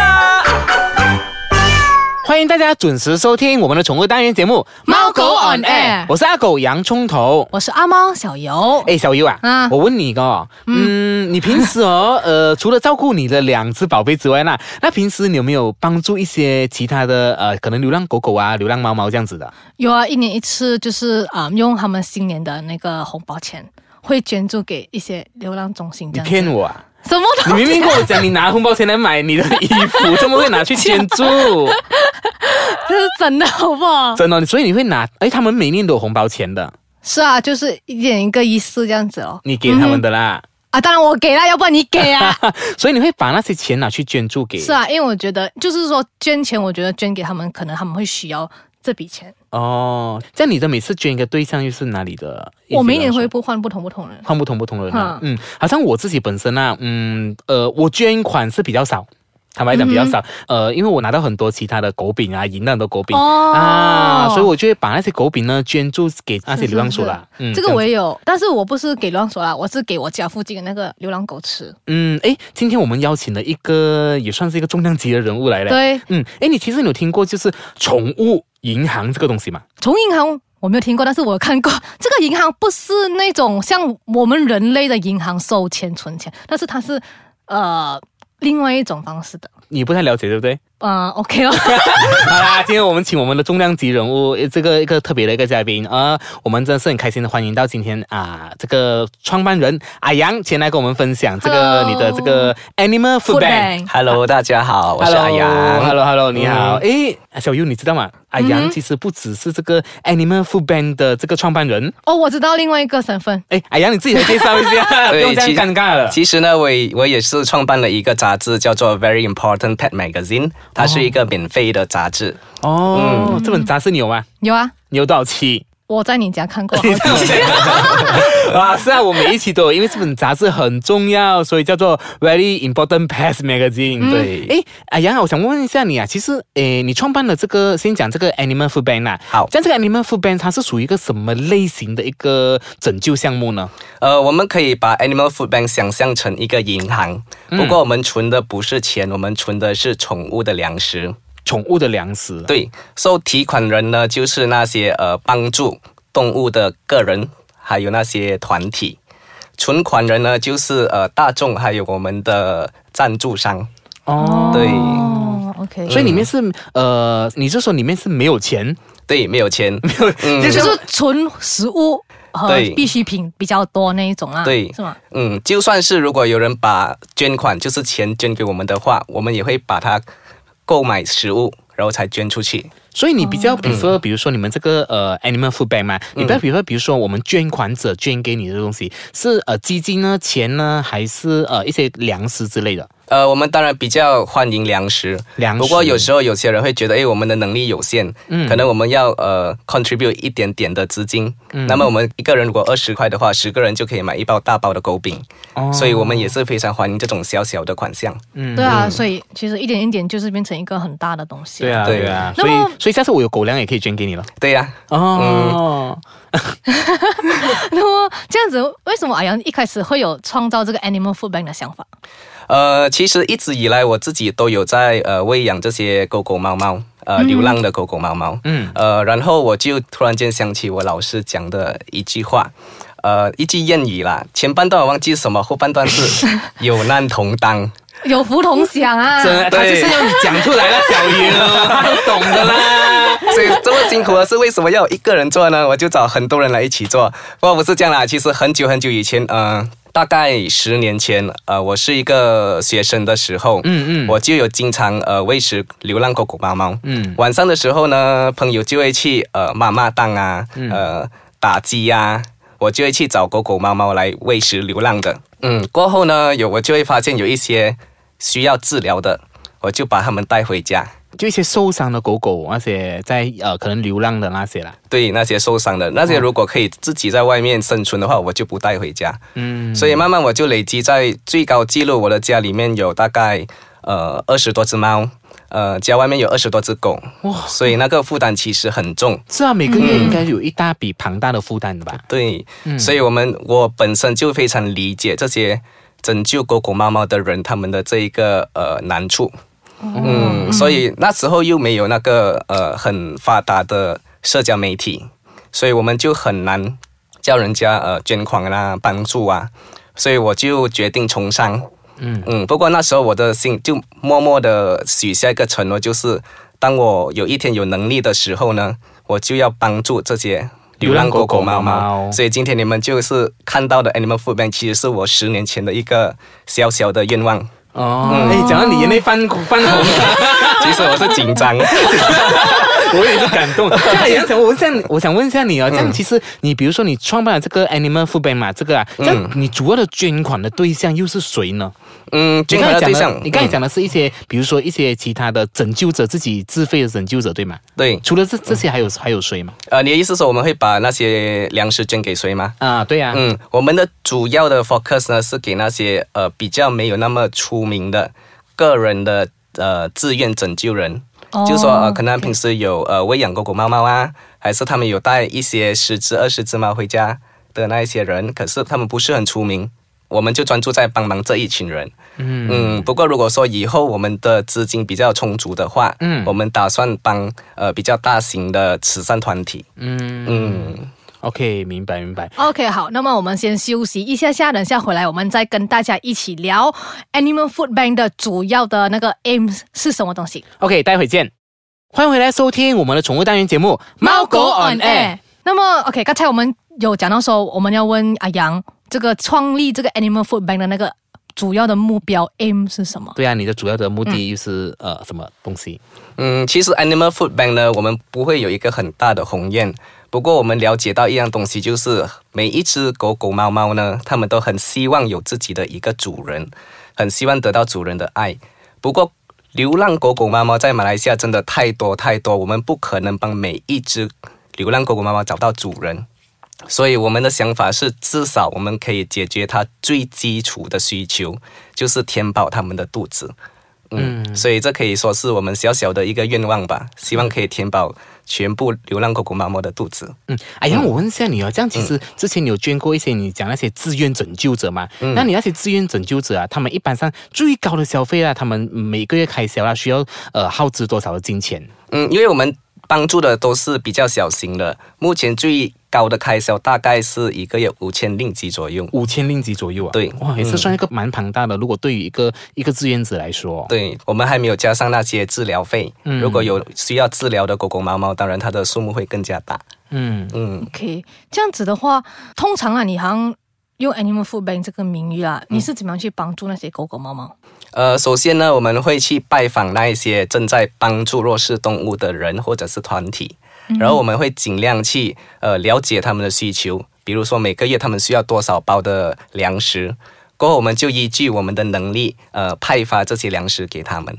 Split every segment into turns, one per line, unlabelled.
啊！
欢迎大家准时收听我们的宠物单元节目《
猫狗 on air
我是阿狗洋葱头。
我是阿猫小游。
哎，小优啊，
啊
我问你一个哦，嗯，你平时哦，呃，除了照顾你的两只宝贝之外呢，那平时你有没有帮助一些其他的呃，可能流浪狗狗啊、流浪猫猫这样子的？
有啊，一年一次，就是啊、用他们新年的那个红包钱，会捐助给一些流浪中心这
你
样子。
骗我啊！
什么
你
东
明
西？
明跟我讲你拿红包钱来买你的衣服，怎么会拿去捐助？
这是真的好不好？
真的、所以你会拿？哎，他们每年都有红包钱的，
是啊，就是一点一个意思这样子哦。
你给他们的啦。
啊，当然我给啦，要不然你给 啊。
所以你会把那些钱拿去捐助给？
是啊，因为我觉得就是说捐钱，我觉得捐给他们，可能他们会需要这笔钱。
哦，这样你的每次捐一个对象又是哪里的？
我每年会不换不同不同人。
换不同不同人啊。嗯，好像我自己本身啊，嗯呃，我捐款是比较少。坦
嗯
白讲比较少，呃，因为我拿到很多其他的狗饼啊，赢了很多狗饼、
哦
啊，所以我就会把那些狗饼呢捐助给那些
是是
流浪鼠啦。
嗯
嗯
这个我
也
也有，但是我不是给流浪所啦，我是给我家附近的那个流浪狗吃。
嗯，诶，今天我们邀请了一个也算是一个重量级的人物来了。，
对，
嗯，诶，你其实你有听过就是宠物银行这个东西吗？
从银行我没有听过，但是我有看过。这个银行不是那种像我们人类的银行收钱存钱，但是它是呃另外一种方式的。
你不太了解，对不对？
嗯、o k 哦，
好啦，今天我们请我们的重量级人物，呃这个一个特别的一个嘉宾啊、呃我们真的是很开心的欢迎到今天啊、这个创办人阿阳前来跟我们分享这个
Hello
你的这个 Animal Food
Food
Bank
Bank。
Hello，大家好，我是阿阳。
Hello Hello，你好。
嗯
诶，啊小优，你知道吗？阿
嗯
阳其实不只是这个 Animal Food Bank 的这个创办人。
哦，我知道另外一个身份。
诶，阿阳你自己来介绍一 下，不
对
用这
其
样尴尬了。
其实呢，我也我也是创办了一个杂志，叫做《Very Important Pet Magazine》，它是一个免费的 杂志。
哦，
嗯
这本杂志你有吗？
有啊，
你有多少期？
我在你家看过。
你这样讲啊，是啊，我每一期都有，因为这本杂志很重要，所以叫做 Very Important Pets Magazine、
嗯对
诶，哎呀，我想问一下你啊，其实，诶，你创办了这个，先讲这个 Animal Food Bank 啦。
好
像这个 Animal Food Bank 它是属于一个什么类型的一个拯救项目呢？
呃，我们可以把 Animal Food Bank 想象成一个银行，不过我们存的不是钱，我们存的是宠物的粮食。
宠物的粮食。
对，受、提款人呢，就是那些呃帮助动物的个人，还有那些团体。存款人呢，就是呃大众，还有我们的赞助商。
哦，
对、
哦，OK，
嗯
所以里面是、呃，你是说里面是没有钱？
对，没有钱，嗯
就就是纯食物和
对
必需品比较多那一种啊，
对
是吗？
嗯，就算是如果有人把捐款，就是钱捐给我们的话，我们也会把它购买食物，然后才捐出去。
所以你比较 prefer，、比如说你们这个呃 animal food bank 嘛，你比较 prefer，比如说我们捐款者捐给你的东西是呃基金呢、钱呢，还是呃一些粮食之类的？
呃，我们当然比较欢迎粮食，
粮食
不过有时候有些人会觉得，哎，我们的能力有限，
嗯
可能我们要呃 contribute 一点点的资金。
嗯
那么我们一个人如果二十块的话，十个人就可以买一包大包的狗饼，
哦
所以我们也是非常欢迎这种小小的款项。
对啊，所以其实一点一点就是变成一个很大的东西。
对啊，
对
对啊，
那
所以
么
所以下次我有狗粮也可以捐给你了。
对呀、
哦，
那么这样子，为什么阿阳一开始会有创造这个 Animal Food Bank 的想法？
呃，其实一直以来我自己都有在呃喂养这些狗狗猫猫，呃，流浪的狗狗猫猫。
嗯，
呃，然后我就突然间想起我老师讲的一句话，呃，一句谚语啦，前半段我忘记是什么，后半段 是有难同当。
有福同享啊！
真的，他就
对
是要你讲出来了，小鱼，他都 懂的啦。
所以这么辛苦的事，为什么要我一个人做呢？我就找很多人来一起做。不过不是这样啦，其实很久很久以前，呃，大概十年前，呃，我是一个学生的时候，
嗯嗯
我就有经常呃喂食流浪狗狗猫猫。
嗯
晚上的时候呢，朋友就会去呃妈妈档啊，
嗯
呃打鸡呀、我就会去找狗狗猫猫来喂食流浪的。嗯，过后呢，有我就会发现有一些需要治疗的，我就把它们带回家。
就一些受伤的狗狗，啊那些在呃可能流浪的那些啦。
对那些受伤的，那
哦
些如果可以自己在外面生存的话，我就不带回家。
嗯，
所以慢慢我就累积在最高记录，我的家里面有大概呃二十多只猫，呃，家外面有二十多只狗，
哇
所以那个负担其实很重。
是啊，每个月应该有一大笔庞大的负担的吧？
对，
嗯
所以我们我本身就非常理解这些拯救狗狗猫猫的人他们的这一个呃难处。嗯，所以那时候又没有那个呃很发达的社交媒体，所以我们就很难叫人家呃捐款啦、帮助啊，所以我就决定从商。
嗯
嗯，不过那时候我的心就默默的许下一个承诺，就是当我有一天有能力的时候呢，我就要帮助这些流浪狗狗猫
流浪狗狗猫
猫。
猫
所以今天你们就是看到的 Animal Food Bank，其实是我十年前的一个小小的愿 望。
哦，哎、讲到你眼泪翻翻红了，
其实我是紧张。
我也是感 动。这样杨想，我这样，我想问一下你哦，这样其实你比如说你创办了这个 Animal Food Bank 嘛，这个啊，这样你主要的捐款的对象又是谁呢？
嗯，
你
捐
刚
款
才
的对
讲的，
象，
你刚才
嗯
讲的是一些，比如说一些其他的拯救者，自己自费的拯救者，对吗？
对，
除了这这些，还有还有谁吗？
呃，你的意思是说我们会把那些粮食捐给谁吗？
啊，对呀、啊，
嗯，我们的主要的 focus 呢是给那些呃比较没有那么出名的个人的呃志愿拯救人，
哦
就是说呃可能
OK
平时有呃喂养狗狗猫猫啊，还是他们有带一些十只二十只猫回家的那一些人，可是他们不是很出名。我们就专注在帮忙这一群人，嗯不过如果说以后我们的资金比较充足的话，
嗯
我们打算帮呃比较大型的慈善团体，
嗯
嗯
o k 明白明白。
OK，好，那么我们先休息一下下，等下回来我们再跟大家一起聊 Animal Food Bank 的主要的那个 aim 是什么东西。
OK，待会见。欢迎回来收听我们的宠物单元节目《猫狗 on air》。。
那么 OK，刚才我们有讲到说，我们要问阿阳这个创立这个 Animal Food Bank 的那个主要的目标 aim 是什么？
对啊，你的主要的目的又是、呃什么东西？
嗯，其实 Animal Food Bank 呢，我们不会有一个很大的鸿雁。不过我们了解到一样东西，就是每一只狗狗、猫猫呢，它们都很希望有自己的一个主人，很希望得到主人的爱。不过，流浪狗狗、猫猫在马来西亚真的太多太多，我们不可能帮每一只流浪狗狗、猫猫找到主人。所以我们的想法是，至少我们可以解决它最基础的需求，就是填饱它们的肚子。嗯，所以这可以说是我们小小的一个愿望吧，希望可以填饱全部流浪狗狗、猫猫的肚子。
嗯，哎呀，我问一下你哦，这样其
嗯
实之前你有捐过一些，你讲那些志愿拯救者嘛？
嗯
那你那些志愿拯救者啊，他们一般上最高的消费啊，他们每个月开销啊，需要呃耗资多少的金钱？
嗯，因为我们帮助的都是比较小型的，目前最高的开销大概是一个月五千令吉左右。
五千令吉左右啊？
对嗯
哇，也是算一个蛮庞大的。如果对于一个一个志愿者来说，
对我们还没有加上那些治疗费，如果有需要治疗的狗狗、猫猫，当然它的数目会更加大。
嗯，
嗯，
OK，这样子的话，通常啊，你好像用 Animal Food Bank 这个名义啦，你是怎么样去帮助那些狗狗、猫猫？
呃，首先呢，我们会去拜访那一些正在帮助弱势动物的人或者是团体，然后我们会尽量去呃了解他们的需求，比如说每个月他们需要多少包的粮食，过后我们就依据我们的能力呃派发这些粮食给他们。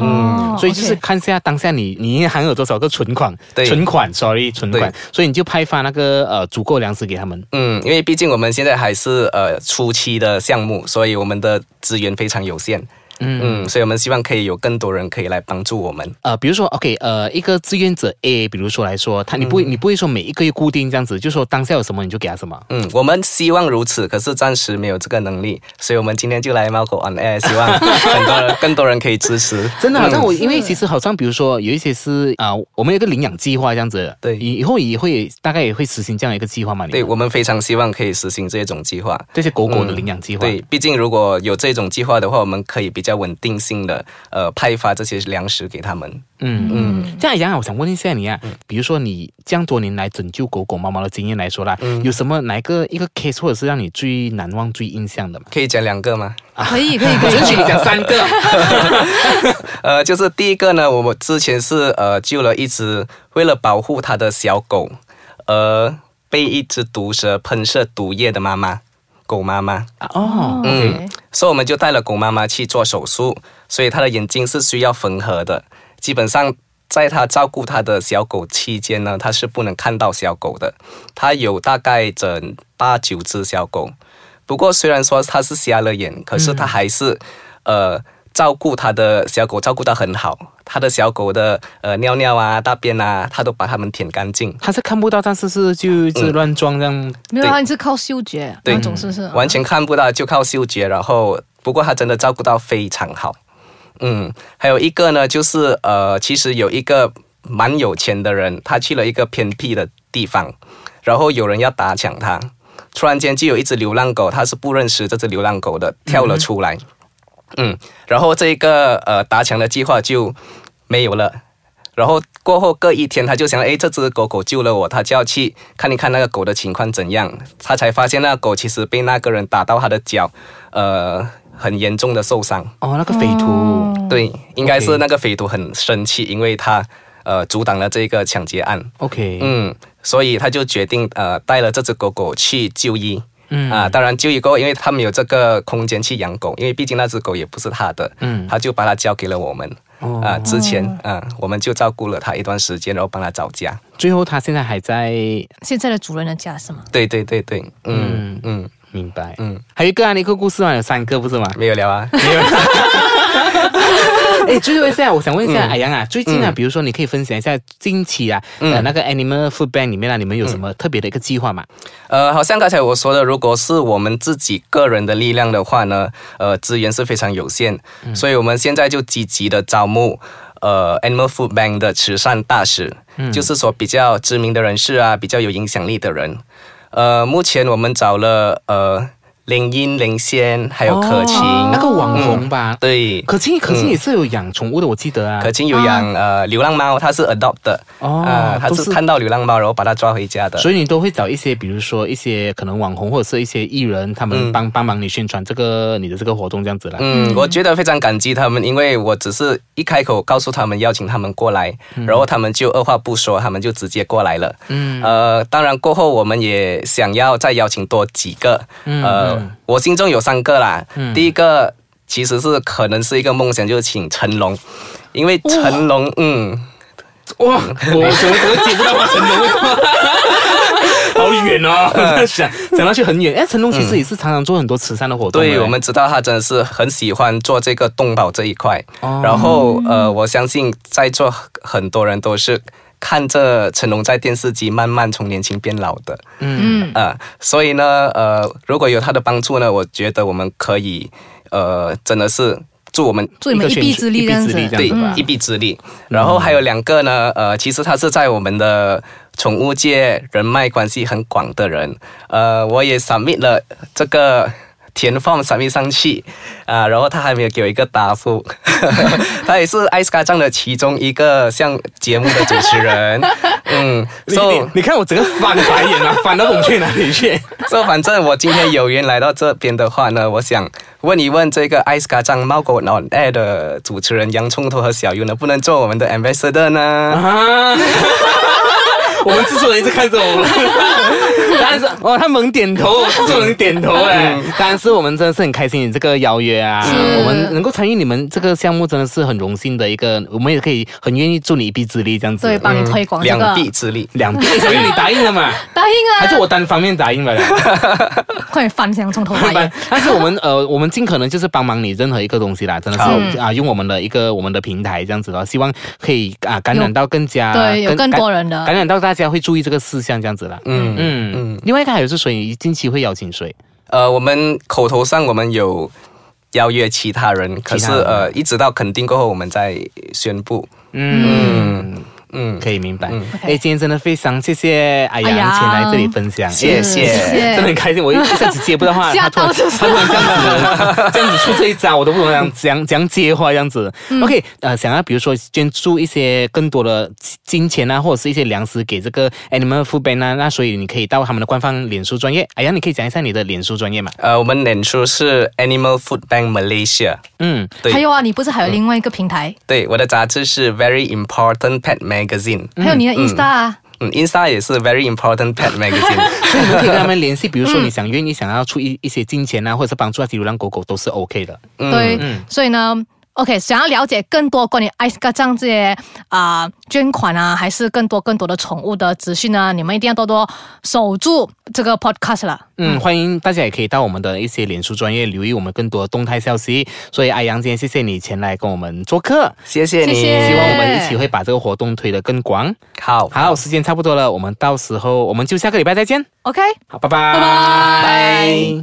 嗯
所以就是看下当下你你银行有多少个存款，
对
存款，sorry，存款
对，
所以你就派发那个呃足够粮食给他们。
嗯，因为毕竟我们现在还是呃初期的项目，所以我们的资源非常有限。嗯，所以我们希望可以有更多人可以来帮助我们。
呃，比如说，OK，呃，一个志愿者 A，比如说来说，他你
嗯
不会、你不会说每一个月固定这样子，就说当下有什么你就给他什么。
嗯，我们希望如此，可是暂时没有这个能力，所以我们今天就来猫狗 on air，希望很多人更多人可以支持。
真的，好像我、因为
是
其实好像比如说有一些是啊、呃我们有一个领养计划这样子，
对
以以后也会大概也会实行这样一个计划嘛。你
对
们
我们非常希望可以实行这种计划。
这些狗狗的领养计划，
对，毕竟如果有这种计划的话，我们可以比较稳定性的呃派发这些粮食给他们。
嗯嗯，这样杨啊，我想问一下你啊，
嗯
比如说你这样多年来拯救狗狗、猫猫的经验来说啦，
嗯
有什么哪一个一个 case 或者是让你最难忘、最印象的吗？
可以讲两个 吗？
可以，可以，可
我
以。
允许你讲三个。
呃，就是第一个呢，我们之前是呃救了一只为了保护它的小狗，而被一只毒蛇喷射毒液的妈妈，狗妈妈，
啊哦，
嗯，
所以我们就带了狗妈妈去做手术，所以它的眼睛是需要缝合的。基本上在它照顾它的小狗期间呢，它是不能看到小狗的。它有大概整八九只小狗，不过虽然说它是瞎了眼，可是它还是、呃照顾他的小狗，照顾得很好，他的小狗的呃尿尿啊、大便啊，他都把它们舔干净，
他是看不到，但是是就就乱撞这样。
没有啊，
对
你是靠嗅觉
对嗯
那种，是不啊是？
完全看不到，就靠嗅觉。然后，不过他真的照顾到非常好。嗯，还有一个呢，就是呃，其实有一个蛮有钱的人，他去了一个偏僻的地方，然后有人要打抢他，突然间就有一只流浪狗，他是不认识这只流浪狗的，跳了出来。嗯然后这个呃打抢的计划就没有了。然后过后隔一天，他就想，诶，这只狗狗救了我，他就要去看一看那个狗的情况怎样。他才发现那个狗其实被那个人打到他的脚，呃，很严重的受伤。
哦，那个匪徒。
对，应该
OK
是那个匪徒很生气，因为他呃阻挡了这个抢劫案，
OK，
嗯，所以他就决定呃带了这只狗狗去就医。
嗯
啊，当然就医过后，因为他们有这个空间去养狗，因为毕竟那只狗也不是他的，
嗯
他就把它交给了我们。
哦
啊，之前啊，我们就照顾了它一段时间，然后帮它找家。
最后他现在还在
哦现在的主人的家是吗？
对对对对，嗯嗯，
明白。嗯
嗯，
还有一个啊，那个故事嘛，有三个不是吗？
没有聊啊，
哎，最后一下，我想问一
嗯
下，哎呀啊，最近啊，比如说你可以分享一下近期啊，
嗯
呃，那个 Animal Food Bank 里面啊，你们有什么特别的一个计划吗？
呃，好像刚才我说的，如果是我们自己个人的力量的话呢，呃，资源是非常有限，
嗯
所以我们现在就积极的招募。呃，Animal Food Bank 的慈善大使，
嗯
就是说比较知名的人士啊，比较有影响力的人。呃，目前我们找了呃林英、林仙，还有可晴，
哦那个网红吧。
嗯对，
可晴，可晴
嗯
也是有养宠物的，我记得啊。
可晴有养、呃流浪猫，它是 adopt 的，
哦
啊它
都是
是看到流浪猫然后把它抓回家的。
所以你都会找一些，比如说一些可能网红或者是一些艺人，他们
嗯
帮、帮忙你宣传这个你的这个活动这样子啦。
嗯，我觉得非常感激他们，因为我只是一开口告诉他们邀请他们过来，然后他们就二话不说，他们就直接过来了。嗯，呃，当然过后我们也想要再邀请多几个，呃，我心中有三个啦，第一个其实是可能是一个梦想，就是请成龙，因为成龙，嗯，
哇，我怎么怎么解不到吗？成龙，好远
嗯
哦， 想想到去很远。哎，成龙其实也是常常做很多慈善的活动的。
对，我们知道他真的是很喜欢做这个动保这一块。
哦
然后呃，我相信在座很多人都是看着成龙在电视机慢慢从年轻变老的。
嗯，
啊，所以呢，呃，如果有他的帮助呢，我觉得我们可以，呃，真的是助我们
助你们一
选
臂
手
之力
一
这
臂
样子
之力这
对
样子吧。
一臂之力。然后还有两个呢，呃，其实他是在我们的宠物界人脉关系很广的人，呃，我也 submit 了这个。填放 submit 上去啊，然后他还没有给我一个答复。 他也是艾斯卡酱的其中一个像节目的主持 人，嗯，
你
所以。
你你看我整个翻白眼啊，翻到我去哪里去？
所以反正我今天有缘来到这边的话呢，我想问一问这个艾斯卡藏猫狗 on air 的主持人洋葱头和小优能不能做我们的 ambassador 呢？
啊！ 我们制作人一直看着我们，当然是 哦，他猛点头，制作人点头哎，当然是我们真的是很开心你这个邀约啊，
是
我们能够参与你们这个项目真的是很荣幸的一个，我们也可以很愿意助你一臂之力这样子，嗯
对，帮你推广
嗯
这
两
个，
臂之力。
两臂，所以你答应了 嘛？
答应啊，
还是我单方面答应了嘞？
快点翻箱 从头来
对吧？但是我们呃， 我们尽可能就是帮忙你任何一个东西啦，真的是啊，用我们的一个我们的平台这样子咯，希望可以啊感染到更加
对，有更
感
多人的
感。染到大家会注意这个事项这样子啦。
嗯嗯，
嗯嗯，另外一个还有是谁近期会邀请谁？
呃，我们口头上我们有邀约其他人，可是
其他人
呃，一直到肯定过后我们再宣布。
嗯，
嗯，
可以明白。哎，
OK
今天真的非常谢谢阿
哎
阳
呀
前来这里分享，
谢谢
真的很开心，我一一下子接不到话，
吓
他突然
到是不是
他突然这样子，这样子出这一招，我都不懂怎样怎样怎 样接话这样子。OK，呃，想要比如说捐助一些更多的金钱啊，或者是一些粮食给这个 Animal Food Bank 啊，那所以你可以到他们的官方脸书专业。哎呀，你可以讲一下你的脸书专业嘛？
呃，我们脸书是 Animal Food Bank Malaysia，
嗯，
对
还有啊，你不是还有另外一个平台，
对，我的杂志是 Very Important Pet Magazine，
还有你的 Insta 啊，
嗯，Insta 也是 Very Important Pet Magazine。
所以 你们可以跟他们联系，比如说你想愿意想要出一一些金钱啊，或者是帮助那些流浪狗狗都是 OK 的。
对，所以呢。 OK，想要了解更多关于 Ice g a 这样这些啊、捐款啊，还是更多更多的宠物的资讯啊呢？你们一定要多多守住这个 Podcast 了。
嗯，欢迎大家也可以到我们的一些脸书专业留意我们更多的动态消息。所以，阿阳今天谢谢你前来跟我们做客，
谢谢你，
谢谢
希望我们一起会把这个活动推得更广。
好，
好，时间差不多了，我们到时候我们就下个礼拜再见。
OK，
好，拜拜，
拜拜
拜